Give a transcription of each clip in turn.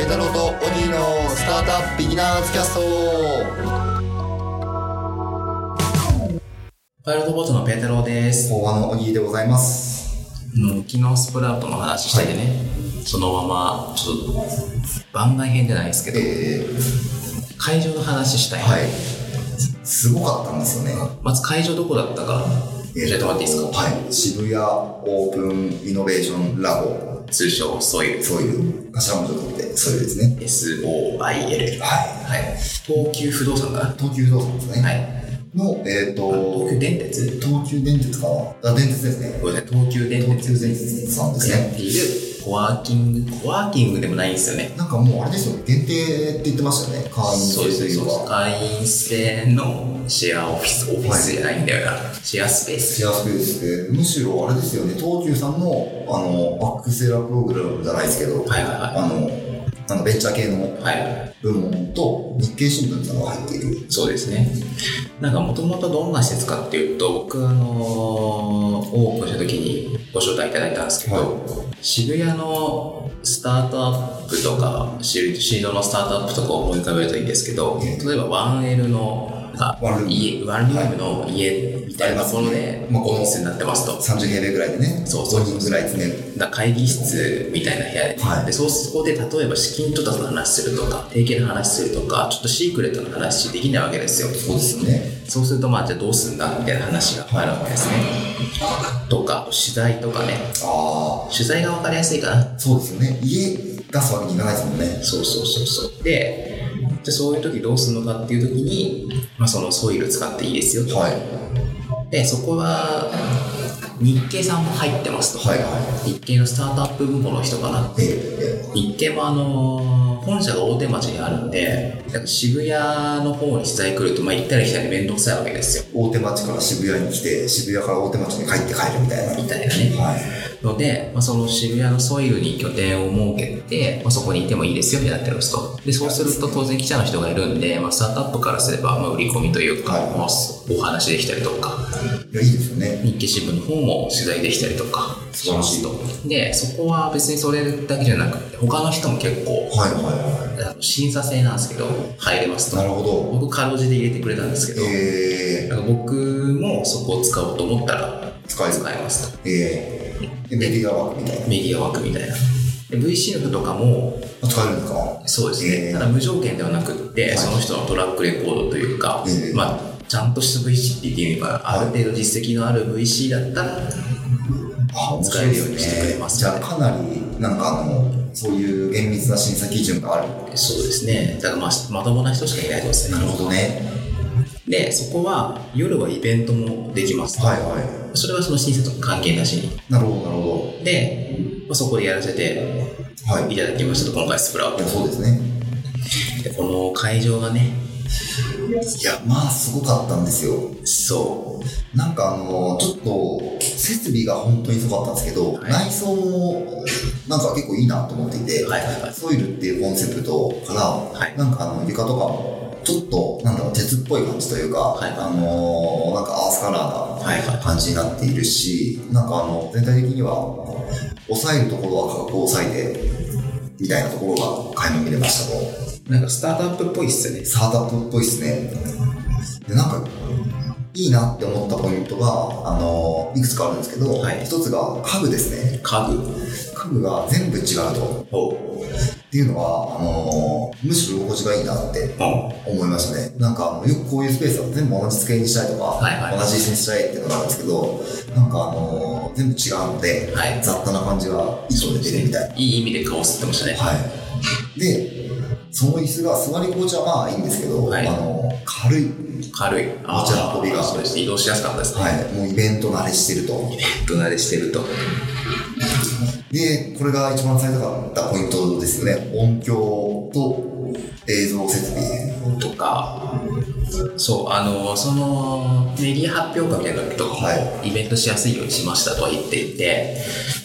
イ太郎とオギーのスタートアップビギナーズキャストパイロットボートのペータローです。大和のオギーでございますうん昨日スプラウトの話しててね、そのまま、ちょっと、番外編じゃないですけど、えー、会場の話したい。はいすごかったんですよねまず会場どこだったか、教えてもらっていいですか、はい渋谷オープンイノベーションラボ通称、ソイル。そういう頭文字を取ってそういうですね SOIL。はいはい。東急不動産かな東急不動産ですね、はい。のえっ、ー、と東急電鉄東急電鉄かなあ電鉄ですねごめんなさい東急電東鉄急電鉄さんですがやねっている、コワーキング、コワーキングでもないんですよね。なんかもうあれですよ限定って言ってましたよね会員制そうですとね、いそううですか会員制のシェアオフィス、オフィスじゃないんだよな、シェアスペース。シェアスペースでむしろあれですよね東急さんのあのアクセラプログラムじゃないですけど、はいはいはいあのなんかベンチャー系のはい、部門と日経新聞さんが入っているそうですね。なんかもともとどんな施設かっていうと、僕あのーオープンした時にご招待いただいたんですけど、は渋谷のスタートアップとか、シシードのスタートアップとかを思い浮かべるといいんですけど、ええ例えば 1L のなんワンかルーム家、ワンルームの家みたいなところで、まあこオのフィスになってますと。 30平米ぐらいでねそうそう5人ぐらいですねだから会議室みたいな部屋で,、はいでそうそこで例えば資金調達の話するとか提携の話するとかちょっとシークレットの話できないわけですよそうですよねそうするとまあじゃあどうすんだみたいな話があるわけですね、とか取材とかねあ取材が分かりやすいかなあそうですよね家出すわけにいかないですもんねそうそうそうそうでじゃあそういう時どうするのかっていう時に、まあ、そのソイル使っていいですよと、はいでそこは日経さんも入ってますと、はいは日経のスタートアップ部門の人かなっていええ日経もあのー本社が大手町にあるんで、なんか渋谷の方に取材来ると、まあ、行ったり来たり面倒くさいわけですよ。大手町から渋谷に来て渋谷から大手町に帰って帰るみたいなみたいなね。はいので、まあ、その渋谷のソイルに拠点を設けて、まあ、そこにいてもいいですよってなってるんですと。で、そうすると当然記者の人がいるんで、まあ、スタートアップからすれば、まあ、売り込みというか、はいまあお話できたりとか、いやいいですよね日経新聞の方も取材できたりとか素晴らしいと。で、そこは別にそれだけじゃなくて、他の人も結構、はいはいはあの審査制なんですけど、入れますいとな。るほど僕かろうじて入れてくれたんですけど、えなんか僕もそこを使おうと思ったら使える使えますとー、えー、でメディアワークみたいなメディア枠みたいなで VC の人とかもあ使えるんですかそうですね、えーただ無条件ではなくって、いその人のトラックレコードというか、えーまあ、ちゃんとした VC って言ってみれば、ある程度実績のある VC だったらあ使えるようにしてくれますじゃあかなりなんかあのそういう厳密な審査基準があるそうですねだからまあまともな人しかいないってことですねどねでそこは夜はイベントもできますと、はいはそれはその審査と関係なしにいなるほどなるほで、まあ、そこでやらせてどはいいいただきましたと今回スプラウトやそうですねでこの会場がねいやまあすごかったんですよそなんかあのちょっと設備が本当にすごかったんですけど、はい内装もなんか結構いいなと思っていて、はいはいはいソイルっていうコンセプトから、いなんかあの床とかもちょっとなんだろう鉄っぽい感じというか、いはいあのなんかアースカラはいーはない感じになっているし、なんかあの全体的には抑えるところは価格を抑えてみたいなところが垣間見れましたもん。うなんかスタートアップっぽいっすよねスタートアップっぽいですね。で、なんか、いいなって思ったポイントが、あのいくつかあるんですけど、はい一つが家具ですね。家家具が全部違うと。具をっていうのは、あのむしろ居心地がいいなって思いましたね。なんか、あのよくこういうスペースは全部同じ机にしたいとか、はいはい同じ椅子にしたいっていうのがあるんですけど、なんか、あの全部違うので、はい雑多な感じが一度出てるみたい。いい意味で顔吸ってましたねはい。で、その椅子が座り心地はまあいいんですけど、はいあの軽い。軽い持ち運びがあーそうですね移動しやすかったですね、はい、もうイベント慣れしてると。どなれしてるとで、これが一番最初かったポイントですよね。音響と映像設備。とかそうあのそのメディア発表会みたいなのとかも、はイベントしやすいようにしましたとは言っていて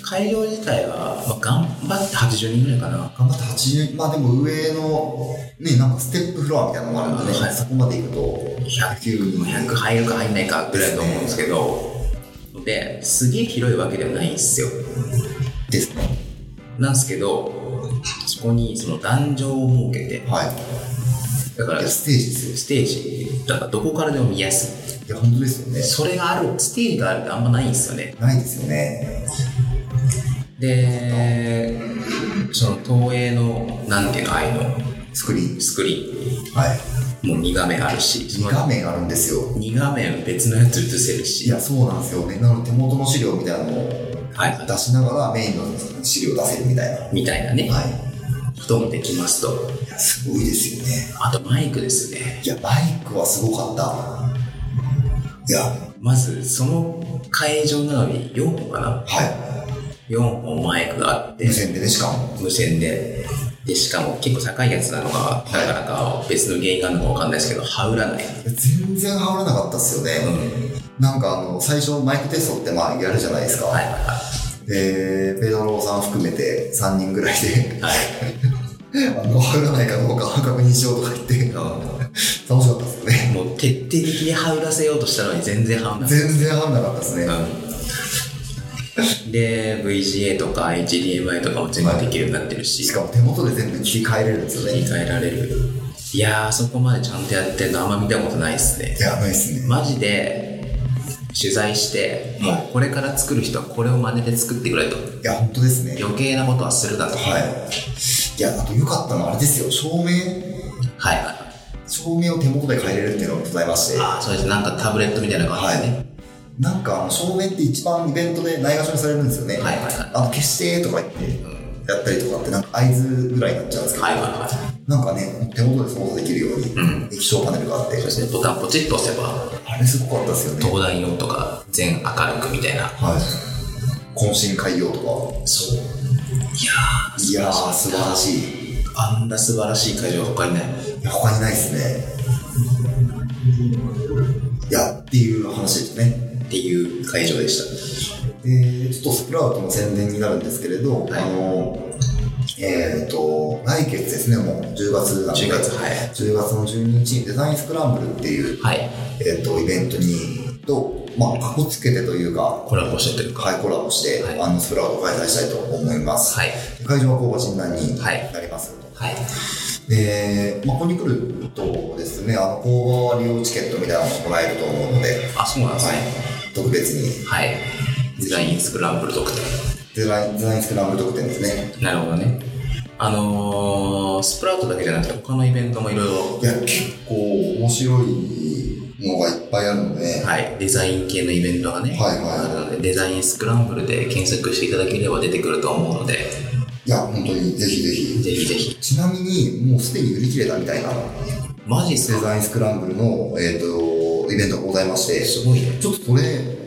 会場自体は、まあ、頑張って80人ぐらいかな頑張って80、まあでも上の、ね、なんかステップフロアみたいなのもあるんでね、はいそこまで行くと、 100 9人。 100入るか入んないかぐらいだと思うんですけどですげえ広いわけではないんですよですね。なんですけどスそこにその壇上を設けて、はい。だかいらや、スステージですよ。テージ、だからどこからでも見やすいや、本当ですよねい。。それがある、ステージがあるってあんまないんですよね。ないですよね。で、その東映の、なんていうの、ああいうの、作り。スクリはい。ーン、もう2画面あるし、その画面あるんですよ。 2画面別のやつ映せるいし、や、そうなんですよね。なので手元の資料みたいなのをはい、出しながらメインの資料を出せるみたいな。みたいなね、はこともできますと。い。いや、すごいですよね。あとマイクですね。いや、バイクはすごかった。いや、は。まず、その会場なのに4本かない ?4 本マイクがあって無、線でね、しかも。無線で。で、しかも結構高いやつなのか、いなかなか別の原因があるのかわかんないですけど、羽占い。全然羽織らなかったっすようね。ん。なんかあの、最初マイクテストってまあやるじゃないですか。はいはいはで、ペドロさん含めて3人ぐらいでい。はい。 あの、羽織らないかどうか確認しようとか言って、楽しかったですよね。もう徹底的に羽裏せようとしたのに全然羽裏全然合わなかったですね。うん、で VGA とか HDMI とかも全部できるようになってるししかも手元で全部切り替えれるんですよ切りね。替えられるいやーあそこまでちゃんとやってるのあんま見たことないですねやばいっすね。マジで取材してもうこれから作る人はこれを真似で作ってくれといや、本当ですね。余計なことはするなとはいはい。いや、あと良かったのはあれですよ、照明、はい照明を手元で変えれるっていうのがございまして、ああそうですなんかタブレットみたいなのがあってね、なんかあの照明って一番イベントでないがしろにされるんですよね。はいはいはいあの、消してとか言って、うんやったりとかって、なんか合図ぐらいになっちゃうんですけど、はいはいはいなんかね、手元で操作できるようにん、液晶パネルがあって、そうですねボタンポチッと押せばあれすごかったですよね。東大用とか全明るくみたいなはい。懇親会用とか。そういやーいやー、素晴らしい。あんな素晴らしい会場は他にない。いや他にないですねいやっていう話ですねっていう会場でした。でちょっとスプラウトの宣伝になるんですけれど、はいあのえっ、と来月ですねもう10月なので10月はい10月の12日にデザインスクランブルっていう、はい。えー、とイベントにとまあかこつけてというかコラボしてというか。はいコラボして、はいあのスプラウトを開催したいと思います、はい。会場は工場診断にはいなります、はい。で、まあ、ここに来るとですね、あの工場利用チケットみたいなのももらえると思うので、あ、そうなんですはいね。、特別にはい。デザインスクランブル特典。デザインデザインスクランブル特典ですね。なるほどね。あのー、スプラウトだけじゃなくて他のイベントもいろいろい、や、結構面白いのがいっぱいあるので、はい。デザイン系のイベントがね、はいはいあるので、デザインスクランブルで検索していただければ出てくると思うので、いや、本当にぜひぜひ。ぜひぜひ。ちなみに、もうすでに売り切れたみたいな、マジっすデかザインスクランブルの、えっ、と、イベントがございまして、すごいね。ちょっとこれ、ね、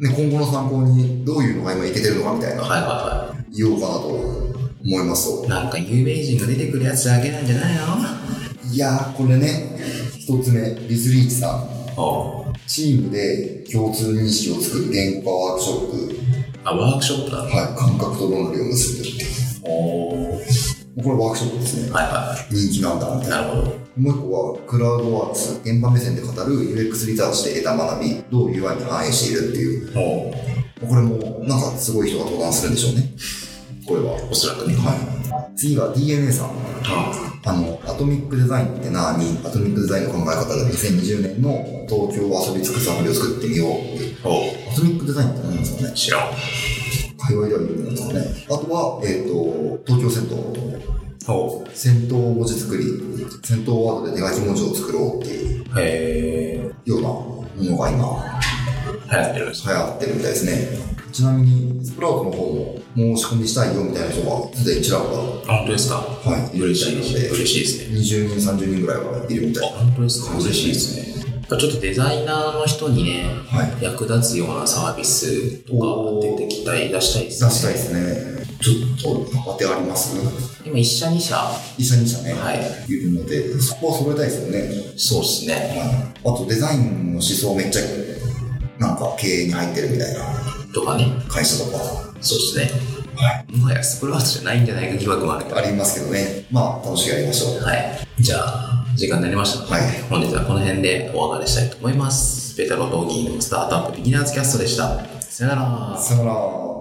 今後の参考にどういうのが今いけてるのかみたいはな、いは言おうかなと思いますいはい。なんか有名人が出てくるやつだけなんじゃないのいやー、これね、一つ目、リズリーチさん。あチームで共通認識を作る言語化ワークショッあ、ワークショップなのプ、はい、感覚と論理を結んでるっていおーう。これワークショップですね。はいは人気なんだ、みい。たいな。なるほど。もう一個は、クラウドワークス。現場目線で語る UX リサーチで得た学び、どう UI に反映しているっていう。おこれも、なんかすごい人が登壇するんでしょうね。これは。おそらくね。はい。次が DNA さん。はあの、アトミックデザインって何アトミックデザインの考え方で2020年の東京を遊び尽くすアプリを作ってみようっていう。おアトミックデザインって何なんですかね知らん。界隈では有名なんですかね。あとは、えっ、と、東京銭湯。お銭湯文字作り。銭湯ワードで手書き文字を作ろうっていうへえ。ようなものが今、流行ってるんです流行ってるみたいですね。ちなみに、スプラウトの方も申し込みしたいよみたいな人が、すでにちらほあ本当ですから、はい、いるみ嬉たしいないでのすね。で、嬉しいですね。 20人、30人ぐらいはいるみたあ、いな。本当ですか嬉しいですね。やっぱちょっとデザイナーの人にね、は役立つようなサービスとおかー出てきたり出したいで出すね。したいですね。ちょっと、当てあります今、一社二社。医者にしたね、、はいるので、そこは揃えたいですよね。そうですね。あとデザインの思想めっちゃなんか経営に入ってるみたいなとかね。会社とかそうですね。はもはやスプラウトじゃないんじゃないか疑惑もあるけど。ありますけどねまあ楽しくやりましょうはい。じゃあ、時間になりましたので、はい本日はこの辺でお別れしたいと思います。ベタロトーキングスタートアップビギナーズキャストでした。さよなら。さよなら